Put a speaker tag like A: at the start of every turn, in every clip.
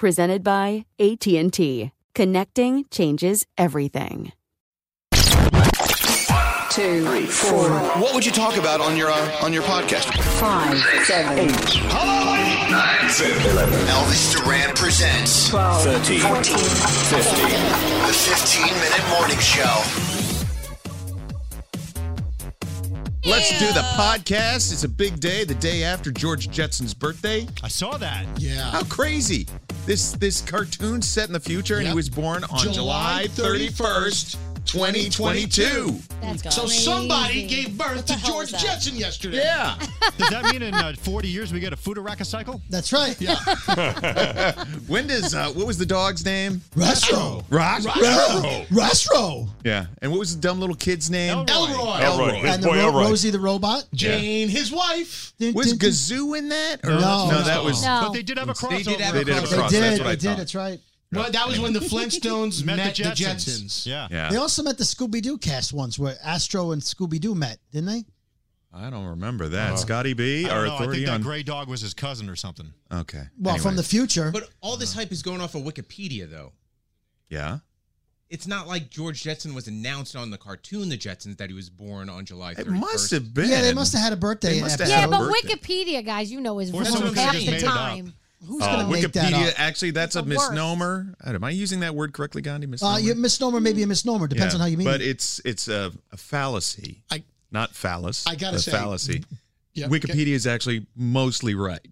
A: presented by AT&T. Connecting changes everything.
B: two, four,
C: What would you talk about on your uh, on your podcast?
B: five, seven,
C: Elvis Duran presents
B: 12,
C: 14, 15, the 15 minute morning show.
D: Let's do the podcast. It's a big day, the day after George Jetson's birthday.
E: I saw that. Yeah.
D: How crazy. This this cartoon set in the future and he
E: Yep.
D: was born on July
E: July
D: 31st, 2022.
E: So somebody gave birth to George Jetson yesterday.
D: Yeah.
E: Does that mean in uh, 40 years we get a Futuraka cycle?
F: That's right.
E: Yeah.
D: When does uh, what was the dog's name?
F: Rustro.
D: Rock.
F: Rustro. Rustro.
D: Yeah. And what was the dumb little kid's name?
E: Elroy.
D: Elroy.
G: Elroy. His
F: And the
G: boy
F: Ro-
G: Elroy.
F: Rosie the robot.
E: Jane, his wife.
F: Dun,
D: Was
F: dun, dun.
D: Gazoo in that? Or-
F: No.
D: Oh, no, that was
H: No.
E: But they did have a crossover.
D: They did have a They did have a crossover.
F: They
D: Cross, that's
F: did.
D: what I
F: They did.
D: thought.
F: That's right.
I: Well, that was when the Flintstones met, the Jetsons.
E: Yeah.
D: Yeah.
F: They also met the Scooby Doo cast once, where Astro and Scooby Doo met, didn't they?
D: I don't remember that. Scotty B,
E: I,
D: our
E: don't know, I
D: authority
E: think that
D: on
E: gray dog was his cousin or something.
D: Okay.
F: Well, from the
D: Anyways.
F: future.
I: But all this hype is going off of Wikipedia, though.
D: Yeah.
I: It's not like George Jetson was announced on the cartoon The Jetsons that he was born on July 31st.
D: It must have been.
F: yeah, they must have had a birthday.
D: They must have
F: episode.
D: had
H: Yeah,
D: Happy
H: but
D: birthday.
H: Wikipedia, guys, you know, is
E: Or
H: wrong
E: someone
H: half
E: just
H: the
E: made it up.
H: time.
F: Who's
D: Uh,
F: gonna make that
D: Wikipedia,
F: up?
D: actually, that's a
H: The worst.
D: misnomer. I don't- Am I using that word correctly, Gandhi? Misnomer.
F: Uh, your misnomer may be a misnomer. Depends
D: Yeah,
F: on how you mean
D: But
F: it.
D: it's it's a, a fallacy,
G: I-
D: not phallus.
G: I gotta
D: a
G: say-
D: fallacy.
G: Yeah,
D: Wikipedia is actually mostly right,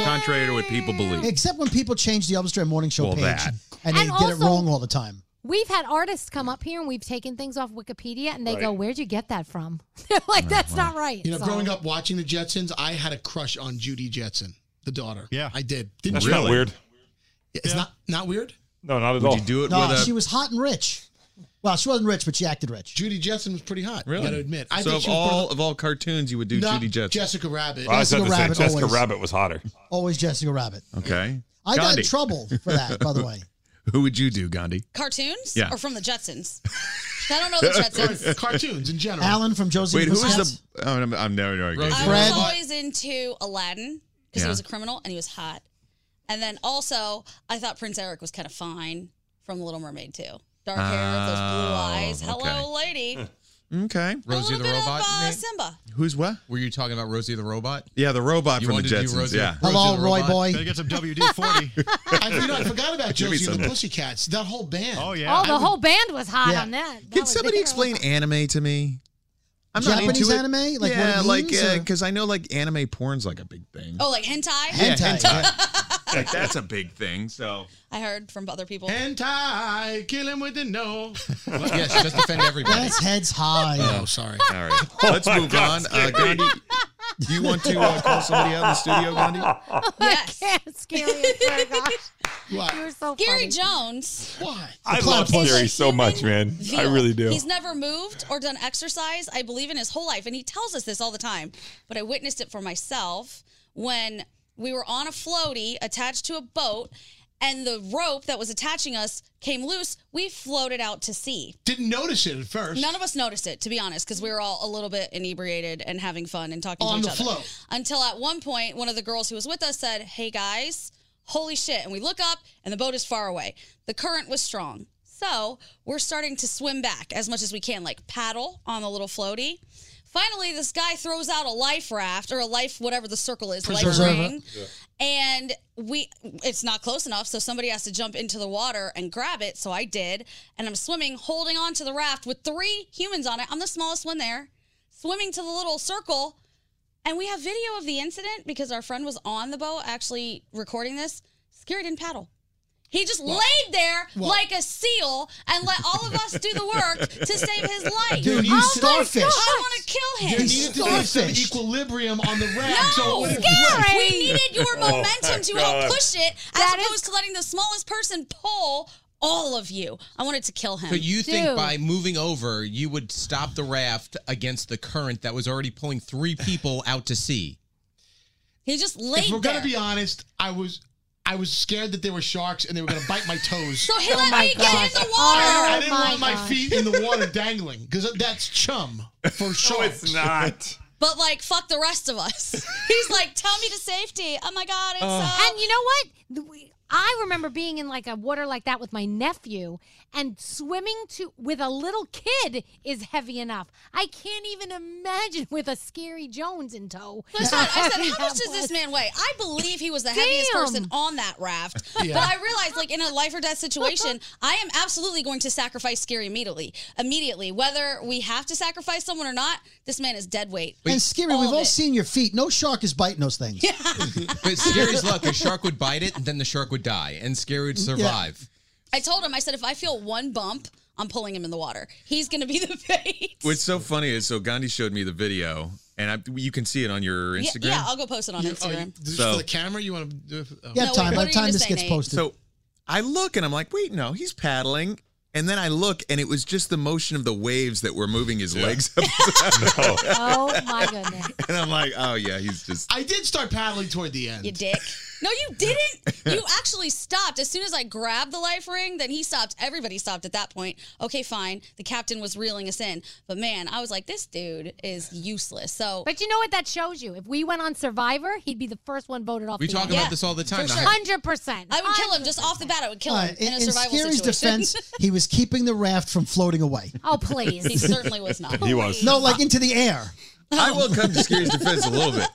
D: contrary to what people believe.
F: Except when people change the Elvis Duran Morning Show
D: Well,
F: page
D: that.
F: and they
H: And
F: get it
H: also-
F: wrong all the time.
H: We've had artists come up here and we've taken things off Wikipedia and they go, Where'd you get that from? They're like, That's not right.
G: You know,
H: So-
G: growing up watching the Jetsons, I had a crush on Judy Jetson, the daughter.
E: Yeah.
G: I did. Didn't
D: That's
G: you?
D: not
G: Really?
D: weird.
G: It's not not weird.
E: No, not at
D: Would you do it
F: No,
D: with a?
F: she was hot and rich. Well, she wasn't rich, but she acted rich.
G: Judy Jetson was pretty hot.
D: really?
G: You gotta admit. I
D: so
G: think
D: of
G: she was
D: all of all cartoons, you would do
G: pretty, not
D: Judy Jetson.
G: Jessica Rabbit. I I, was
F: Jessica Rabbit
G: Jessica
F: always.
G: Rabbit. Rabbit.
F: Always Jessica Rabbit.
D: Okay.
F: I got
D: Gandhi.
F: in trouble for that, by the way.
D: Who would you do, Gandhi?
J: Cartoons?
D: Yeah.
J: Or from the Jetsons? I don't know the Jetsons.
F: in general.
K: Alan from Josie.
D: Wait,
K: and
D: who was
K: Pussycats?
D: the? Oh, I'm, I'm never never going.
J: I was always into Aladdin because
D: Yeah.
J: he was a criminal and he was hot. And then also, I thought Prince Eric was kind of fine from The Little Mermaid too. Dark hair, those blue
I: Oh,
J: eyes.
I: okay.
J: Hello, lady.
D: Okay.
I: Hmm. Rosie the
J: Of,
I: robot.
J: uh,
I: Nate?
J: Simba.
D: Who's what?
I: Were you talking about Rosie the robot?
D: Yeah, the robot
I: You
D: from the
I: wanted to do
D: Jetsons.
I: Rosie-
D: yeah.
I: Rosie Hello, the Roy robot? boy.
F: Gotta get some WD forty. I, you know, I forgot about
D: Give me
F: Josie and
D: some.
F: the Pussycats. That whole band. Oh
H: Oh, the whole band was hot on that. That
D: Can
H: was
D: somebody
H: big.
D: explain anime to me?
K: Japanese
D: into it.
K: anime? Like what it
D: yeah, like
K: means, or-
D: because I know like anime porn's like a big thing.
J: Oh, like hentai?
D: Yeah, hentai. like that's a big thing. So
J: I heard from other people.
F: Hentai, kill him with the no.
I: yes, just offend everybody.
K: That's heads high.
F: Oh, sorry.
D: All right, let's
F: my
D: move
F: God,
D: on. Uh,
F: Gandhi.
D: Gandhi, do you want to uh, call somebody out in the studio, Gandhi?
J: Yes.
H: scary. oh I swear to God.
J: What?
H: You're so
J: Gary Jones.
F: Why?
L: I love Gary so much, man. I really do.
J: He's never moved or done exercise, I believe, in his whole life. And he tells us this all the time. But I witnessed it for myself when we were on a floaty attached to a boat and the rope that was attaching us came loose. We floated out to sea.
F: Didn't notice it at first.
J: None of us noticed it, to be honest, because we were all a little bit inebriated and having fun and talking
F: On
J: to
F: the
J: each other.
F: float.
J: Until at one point, one of the girls who was with us said, Hey guys, holy shit. And we look up and the boat is far away. The current was strong. So we're starting to swim back as much as we can, like paddle on the little floaty. Finally, this guy throws out a life raft or a life, whatever the circle is, life ring. And we it's not close enough, so somebody has to jump into the water and grab it. So I did, and I'm swimming, holding on to the raft with three humans on it. I'm the smallest one there, swimming to the little circle. And we have video of the incident because our friend was on the boat actually recording this. Scary didn't paddle. He just laid there like a seal and let all of us do the work to save his life.
K: Dude, you
J: oh
K: starfish.
J: My God. I want to kill
F: There
J: him.
F: needed to be some equilibrium on the raft. so it
J: No,
F: wouldn't
J: Gary.
F: flip.
J: We needed your
F: Oh, my
J: momentum to help
F: God.
J: push it, as opposed to letting the smallest person pull all of you. I wanted to kill him.
I: So you think by moving over, you would stop the raft against the current that was already pulling three people out to sea?
J: he just laid
F: If we're
J: there.
F: gonna be honest, I was I was scared that there were sharks and they were gonna bite my toes.
J: So he Oh let my me get in God. the water.
F: I, I didn't
J: Oh my
F: want my
J: God.
F: feet in the water dangling because that's chum for sure.
L: it's
I: Oh.
L: not.
J: but like, fuck the rest of us. He's like, tell me to safety. Oh my god, it's uh,
H: And you know what? The- we- I remember being in like a water like that with my nephew, and swimming to with a little kid is heavy enough. I can't even imagine with a scary Jones in tow.
J: That's what I said, how much
H: that
J: does this
H: was."
J: man weigh? I believe he was the heaviest
H: Damn.
J: person on that raft.
H: Yeah.
J: But I realized, like, in a life or death situation, I am absolutely going to sacrifice Scary immediately. Immediately. Whether we have to sacrifice someone or not, this man is dead weight.
K: and Scary, we've all seen your feet. No shark is biting those things.
I: But Scary's luck, a shark would bite it, and then the shark would die, and Scary would survive.
J: I told him, I said, if I feel one bump, I'm pulling him in the water. He's going to be the bait.
D: What's so funny is so Gandhi showed me the video, and I, you can see it on your
J: Yeah,
D: Instagram.
J: yeah, I'll go post it on
F: You- oh,
J: Instagram.
F: Just
D: So-
F: for the camera, you want to do it? oh.
K: You have time. By the time this gets posted.
D: So I look and I'm like, wait, no, he's paddling. And then I look and it was just the motion of the waves that were moving his legs up.
H: Oh my goodness!
D: and I'm like, oh yeah, he's just.
F: I did start paddling toward the end.
J: You dick. No, you didn't. You actually stopped. As soon as I grabbed the life ring, then he stopped. Everybody stopped at that point. Okay, fine. The captain was reeling us in. But man, I was like, this dude is useless. So
H: But you know what that shows you? If we went on Survivor, he'd be the first one voted off.
I: We
H: the
I: talk
H: island.
I: about this all the time. and
H: For
I: I-
H: sure. Hundred percent.
J: I would kill him just off the bat. I would kill
K: All
J: him
K: right,
J: in,
K: Uh, in,
J: a
K: in
J: survival
K: Scary's
J: situation.
K: defense, he was keeping the raft from floating away.
H: Oh please!
J: he certainly was not.
L: He was.
K: No, like into the air.
D: I will come to Scary's defense a little bit.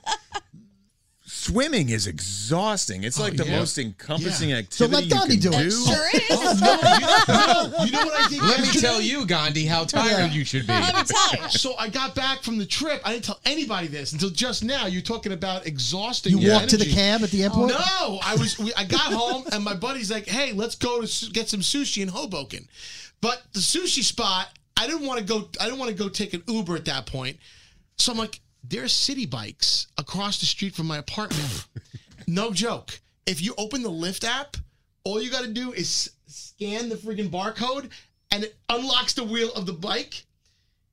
D: Swimming is exhausting. It's
I: Oh,
D: like the
F: yeah.
D: most encompassing
K: So
D: activity
K: let Donnie
D: you
K: do
D: can
K: it.
D: do.
F: Oh, You know what I think?
I: Let me tell you, Gandhi, how tired you should be.
F: So I got back from the trip. I didn't tell anybody this until just now. You're talking about exhausting.
K: You
F: your
K: walk to the
F: energy. Oh.
K: cab at the airport.
F: No, I was. We, I got home and my buddy's like, "Hey, let's go to su- get some sushi in Hoboken," but the sushi spot. I didn't want to go. I didn't want to go take an Uber at that point. So I'm like, "There's city bikes across the street from my apartment." no joke. If you open the Lyft app, all you got to do is s- scan the friggin' barcode, and it unlocks the wheel of the bike.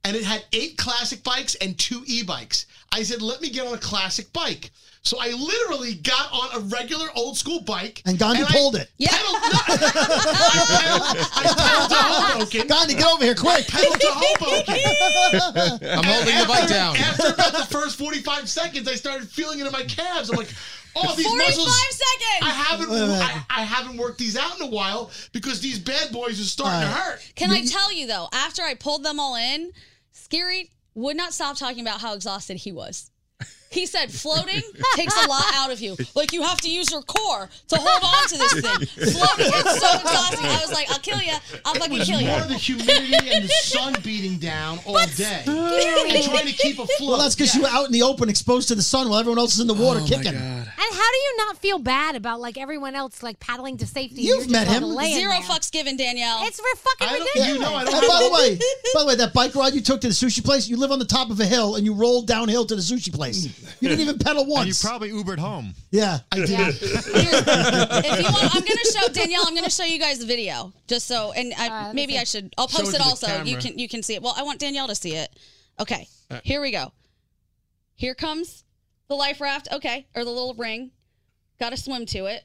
F: and it had eight classic bikes and two e-bikes. I said, "Let me get on a classic bike." So I literally got on a regular old school bike
K: And Gandhi
F: I
K: pulled it.
F: Yeah. Pedaled, no, I, pedaled, I pedaled to Hoboken.
K: Gandhi, get over here quick.
F: I pedaled to Hoboken.
K: I'm holding the bike down.
F: After about the first 45 seconds, I started feeling it in my calves. I'm like, oh, these
J: 45
F: muscles.
J: seconds!
F: I haven't, I, I haven't worked these out in a while because these bad boys are starting to hurt.
J: Can I tell you though, after I pulled them all in, Scary would not stop talking about how exhausted he was. He said floating takes a lot out of you. Like you have to use your core to hold on to this thing. Floating is so exhausting. I was like, I'll kill you. I'll
F: It
J: fucking
F: was
J: kill you.
F: more the humidity and the sun beating down all day and trying to keep afloat.
K: Well, that's because you were out in the open, exposed to the sun, while everyone else is in the
D: Oh
M: Oh,
K: water kicking.
H: And how do you not feel bad about like everyone else like paddling to safety?
K: You've
H: You're just
K: met
H: on
K: him.
H: the lay in
J: Zero
H: there.
J: fucks given, Danielle.
H: It's for fucking ridiculous.
K: And by the way, by the way, that bike ride you took to the sushi place, you live on the top of a hill and you rolled downhill to the sushi place. You didn't even pedal once.
N: And you probably Ubered home.
K: yeah,
F: I did.
J: if you want, I'm gonna show Danielle. I'm gonna show you guys the video, just so, and I, maybe I should. I'll
F: Show
J: post
F: it
J: it,
F: to the
J: also. You
F: camera. Uh.
J: can you can see it. Well, I want Danielle to see it. Okay,
F: All right.
J: here we go. Here comes the life raft. Okay, or the little ring. Got to swim to it.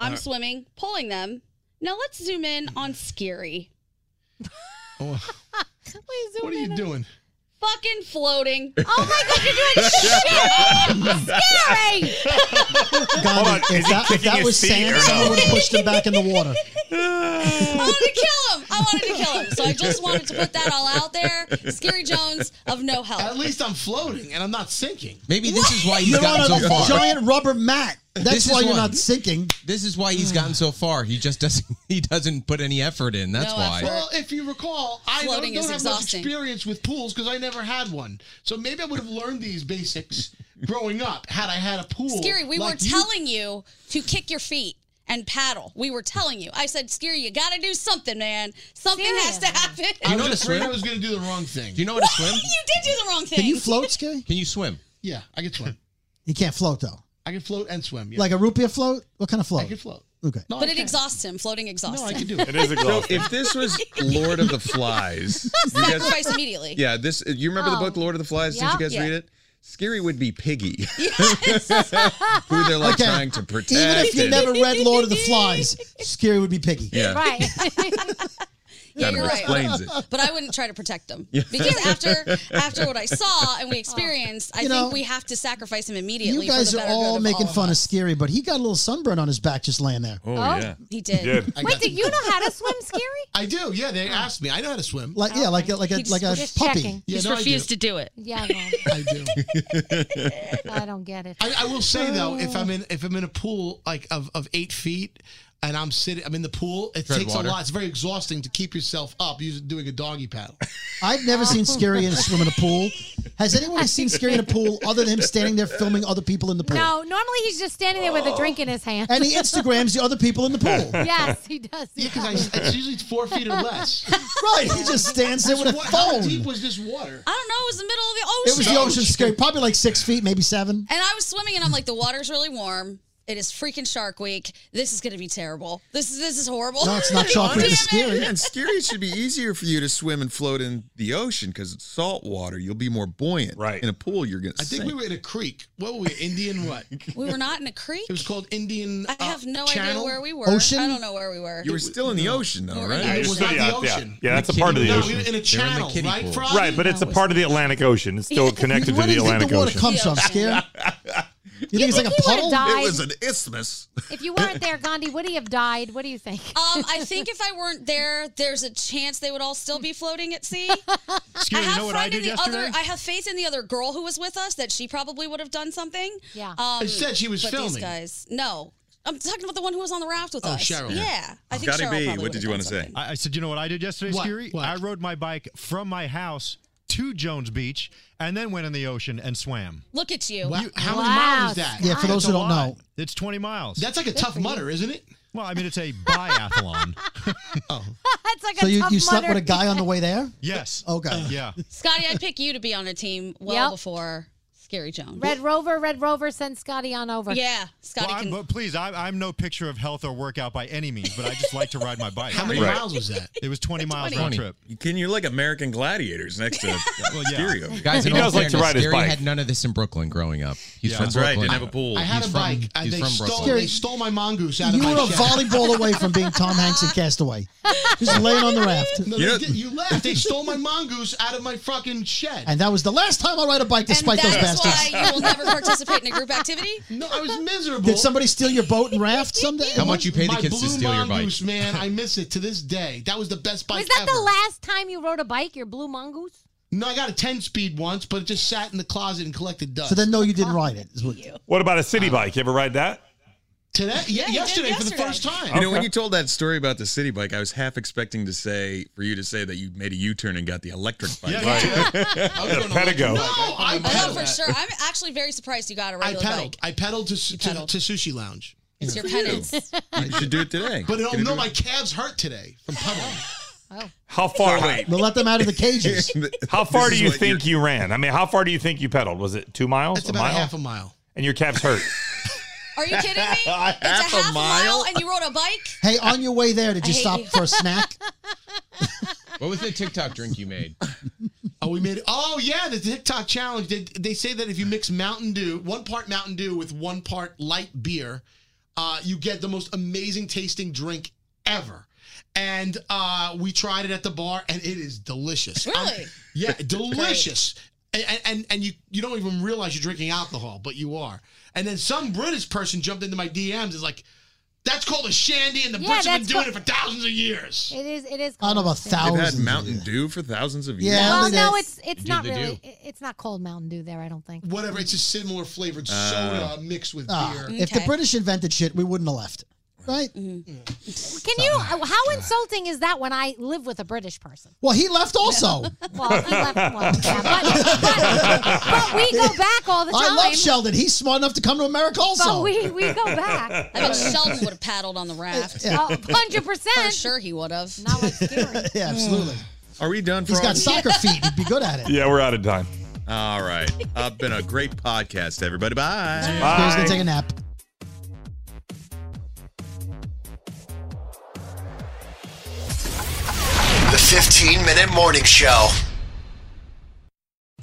F: All
J: I'm
F: right.
J: swimming, pulling them. Now let's zoom in on Scary.
F: what are you doing?
J: Fucking floating. Oh my god, you're doing
K: Scary! Gandhi, if that, if that was sand, someone would have pushed him back in the water.
J: I wanted to kill him. I wanted to kill him. So I just wanted to put that all out there. Scary Jones of no help.
F: At least I'm floating and I'm not sinking.
I: Maybe this is why he's
K: You're
I: gotten
K: on a
I: so far.
K: giant rubber mat.
I: This
K: That's
I: is
K: why you're
I: why-
K: not sinking.
I: This is why he's gotten so far. He just doesn't. He doesn't put any effort in. That's why.
F: Well, if you recall, I don't,
J: Floating
F: don't
J: is
F: have
J: exhausting.
F: much experience with pools because I never had one. So maybe I would have learned these basics growing up had I had a pool.
J: Scary, we were
F: like you.
J: telling you to kick your feet and paddle. We were telling you. I said, Scary, you got to do something, man. Something has to happen.
F: I was afraid I was going to do the wrong thing.
I: Do you know how to swim?
J: you did do the wrong thing.
K: Can you float, Skay?
I: Can you swim?
F: Yeah, I can swim.
K: You can't float though.
F: I can float and swim. Yeah.
K: Like a rupiah float? What kind of float? I
F: can float.
K: Okay.
F: No,
J: but
F: I
J: it
F: can.
J: exhausts him. Floating exhausts
F: No, I
J: him.
F: can do it.
N: exhausting.
M: So if this was Lord of the Flies, you guys-
J: Sacrifice immediately.
M: Yeah, this. uh, You remember the
J: Oh.
M: book Lord of the Flies?
J: Yeah.
M: Did you guys
J: Yeah.
M: read it? Scary would be Piggy, who they're like
K: Okay.
M: trying to protect.
K: Even if you
M: and-
K: never read Lord of the Flies, Scary would be Piggy.
M: Yeah.
J: Right. yeah,
M: That
J: you're right.
M: explains it. Oh,
J: But I wouldn't try to protect him
M: Yeah.
J: because after after what I saw and we experienced, I
K: You know,
J: think we have to sacrifice him immediately.
K: You guys
J: for the
K: are
J: better good
K: all
J: of
K: making
J: all
K: fun of Scary, but he got a little sunburn on his back just laying there.
J: Oh, Oh, yeah. he did. He did.
F: I got-
H: Do you know how to swim, Scary?
F: I do. Yeah, they asked me. I know how to swim.
K: Like yeah, like a, like a like a puppy.
F: Yeah, no, I do.
J: to do it.
H: Yeah,
F: I do.
H: I don't get it.
F: I, I will say though, if
K: Oh.
F: I'm in if I'm in a pool like of, of eight feet and I'm sitting, I'm in the pool. It
I: Tread
F: takes
I: water.
F: a lot. It's very exhausting to keep yourself up using doing a doggy paddle.
K: I've never seen Scary in a swim in a pool. Has anyone seen Scary in a pool other than him standing there filming other people in the pool?
H: No, normally he's just standing there with a drink in his hand.
K: And he Instagrams the other people in the pool.
H: yes, he does. Yeah,
F: because It's usually four feet or less.
K: Right, he just stands there with a
F: What- How
K: phone.
F: deep was this water?
J: I don't know. It was the middle of the ocean.
K: It was the ocean scary, probably like six feet, maybe seven.
J: And I was swimming, and I'm like, the water's really warm. It is freaking Shark Week. This is gonna be terrible. This is this is horrible.
M: Oh,
J: Damn it.
M: Yeah, and scary should be easier for you to swim and float in the ocean because it's salt water. You'll be more buoyant. Right. In a pool, you're gonna.
F: I think we
M: sink.
F: were in a creek. What were we? Indian what?
J: We were not in a creek.
F: It was called Indian. uh,
J: I have no idea
F: channel?
J: where we were.
F: Ocean?
J: I don't know where we were.
M: You were still in the ocean though, right?
F: Yeah, it was not the
N: yeah,
F: ocean.
N: yeah, that's a part of the
F: No,
N: ocean.
F: we were in a channel, right? Frog?
N: Right, but it's a part of the Atlantic Ocean. It's still connected to
K: Where
N: the
K: do you think
N: Atlantic
K: the water
N: Ocean.
K: comes from, Scary? You think it's like a
H: he would've
K: puddle?
H: died? It was an
M: isthmus.
H: If you weren't there, Gandhi, would he have died? What do you think?
K: Oh.
J: Um, I think if I weren't there, there's a chance they would all still be floating at sea.
N: Scary,
J: I
N: you
J: have
N: know what
J: friend
N: I did
J: in the
N: yesterday?
J: other. I have faith in the other girl who was with us that she probably would have done something.
H: Yeah,
K: Oh.
J: um,
F: It said she was
J: but These
F: filming.
J: guys, no, I'm talking about the one who was on the raft with
F: Oh,
J: us.
F: Cheryl.
J: Yeah, I think Cheryl probably would have done something.
N: I, I said, you know what I did yesterday,
F: What?
N: Scary? I rode my bike from my house to Jones Beach and then went in the ocean and swam.
J: Look at you.
F: You- how many miles is that?
K: Yeah, for those
N: It's
K: who
N: a
K: don't
N: lot.
K: know.
N: It's 20 miles.
F: That's like a tough mutter, isn't it?
N: Well, I mean, it's a biathlon.
H: it's like
K: So
H: a
K: you,
H: tough
K: you slept
H: mutter.
K: with a guy on the way there?
N: yes.
K: Okay.
N: Yeah.
J: Scotty, I'd pick you to be on a team well
H: Yep.
J: before Scary Joan.
H: Red Rover, Red Rover, send Scotty on over.
J: Yeah,
N: Well, I'm, but please, I, I'm no picture of health or workout by any means, but I just like to ride my bike.
M: How many Right. miles was that?
N: It was 20 miles round trip.
M: You can you're like American gladiators next to well,
N: yeah.
M: stereo.
I: Guys, in all fairness, Gary had none of this in Brooklyn growing up. He's
M: Yeah.
I: from
M: That's right,
I: Brooklyn.
M: didn't have a pool.
F: I had
I: He's
F: a
I: from-
F: bike. I,
I: he's
F: they,
I: from
F: stole,
I: Brooklyn.
F: they stole my mongoose out
K: You
F: of my
K: were a
F: shed.
K: volleyball away from being Tom Hanks in Castaway. Just laying on the raft.
F: No, they did- you left. They stole my mongoose out of my fucking shed.
K: And that was the last time I ride a bike to spite those
J: That's
K: bastards.
J: why you will never participate in a group activity?
F: No, I was miserable.
K: Did somebody steal your boat and raft someday?
I: How much you pay the
F: my
I: kids to
F: blue
I: steal your bike?
F: mongoose, man, I miss it to this day. That was the best bike
H: Was that
F: ever.
H: the last time you rode a bike? Your blue mongoose?
F: no, I got a 10 speed once, but it just sat in the closet and collected dust.
K: So then, no, you didn't ride it. is what-
L: What about a city bike? You ever ride that?
F: Today? Yeah,
L: you did
F: yesterday, for the
L: yesterday.
F: first time.
L: Okay.
M: You know, when you told that story about the city bike, I was half expecting to say for you to say that you made a U-turn and got the electric bike.
L: Yeah, Right. yeah. I was Yeah, going Pedigo. electric bike.
F: No, I
J: Oh,
F: pedaled.
J: for sure. I'm actually very surprised you got a
F: I
J: regular bike.
F: pedaled. I pedaled to, su- to, to Sushi Lounge.
J: It's your penance.
M: You should do it today.
F: But
M: Get
F: it,
M: a
F: no,
M: new-
F: my calves hurt today from pedaling.
J: Oh.
L: How far? wait.
K: We'll let them out of the cages.
L: How far
K: This
L: do
K: is
L: you
K: what
L: think you ran? I mean, how far do you think you pedaled? Was it two miles?
F: It's
L: a
F: about
L: mile?
F: half a mile.
L: And your calves hurt.
J: Are you kidding me? It's a half a mile and you rode a bike?
K: Hey, on your way there, did you
J: I hate
K: stop
J: you.
K: for a snack?
I: What was the TikTok drink you made?
F: Oh, we made it. Oh, yeah, the TikTok challenge. They, they say that if you mix Mountain Dew, one part Mountain Dew with one part light beer, uh, you get the most amazing tasting drink ever. And uh, we tried it at the bar, and it is delicious. I'm-
J: Really?
F: yeah, delicious. And, and- and and you you don't even realize you're drinking alcohol, but you are. And then some British person jumped into my DMs is like, "That's called a shandy, and the
H: Yeah,
F: Brits have been
H: that's
F: doing
H: what-
F: it for thousands of years."
H: It is. It is.
K: I don't know about
H: called-
M: They've
K: thousands
M: had
K: of
M: Mountain Dew for thousands of years.
H: well, no, it's it's
M: They do,
H: not
M: they
H: really.
M: do.
H: it- It's not called Mountain Dew there. I don't think.
F: Whatever. It's a similar flavored
M: Uh.
F: soda mixed with
K: Ah,
F: beer.
K: If the British invented shit, we wouldn't have left. Right?
H: Can you? How insulting is that when I live with a British person?
K: Well, he left also.
H: Well, he left one. Yeah, but, but, but we go back all the time.
K: I love Sheldon. He's smart enough to come to America also.
H: But we, we go back.
J: I bet Sheldon would have paddled on the raft.
K: Yeah.
H: Oh, 100%.
J: For sure he would have.
H: Not like
K: yeah, absolutely.
M: Are we done for
K: He's
M: all
K: got
M: this?
K: soccer feet. He'd be good at it.
L: yeah, we're out of time.
M: All right. Uh, been a great podcast, everybody. Bye.
K: He's going to take a nap.
O: The 15 Minute Morning Show.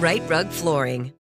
A: Right Rug Flooring.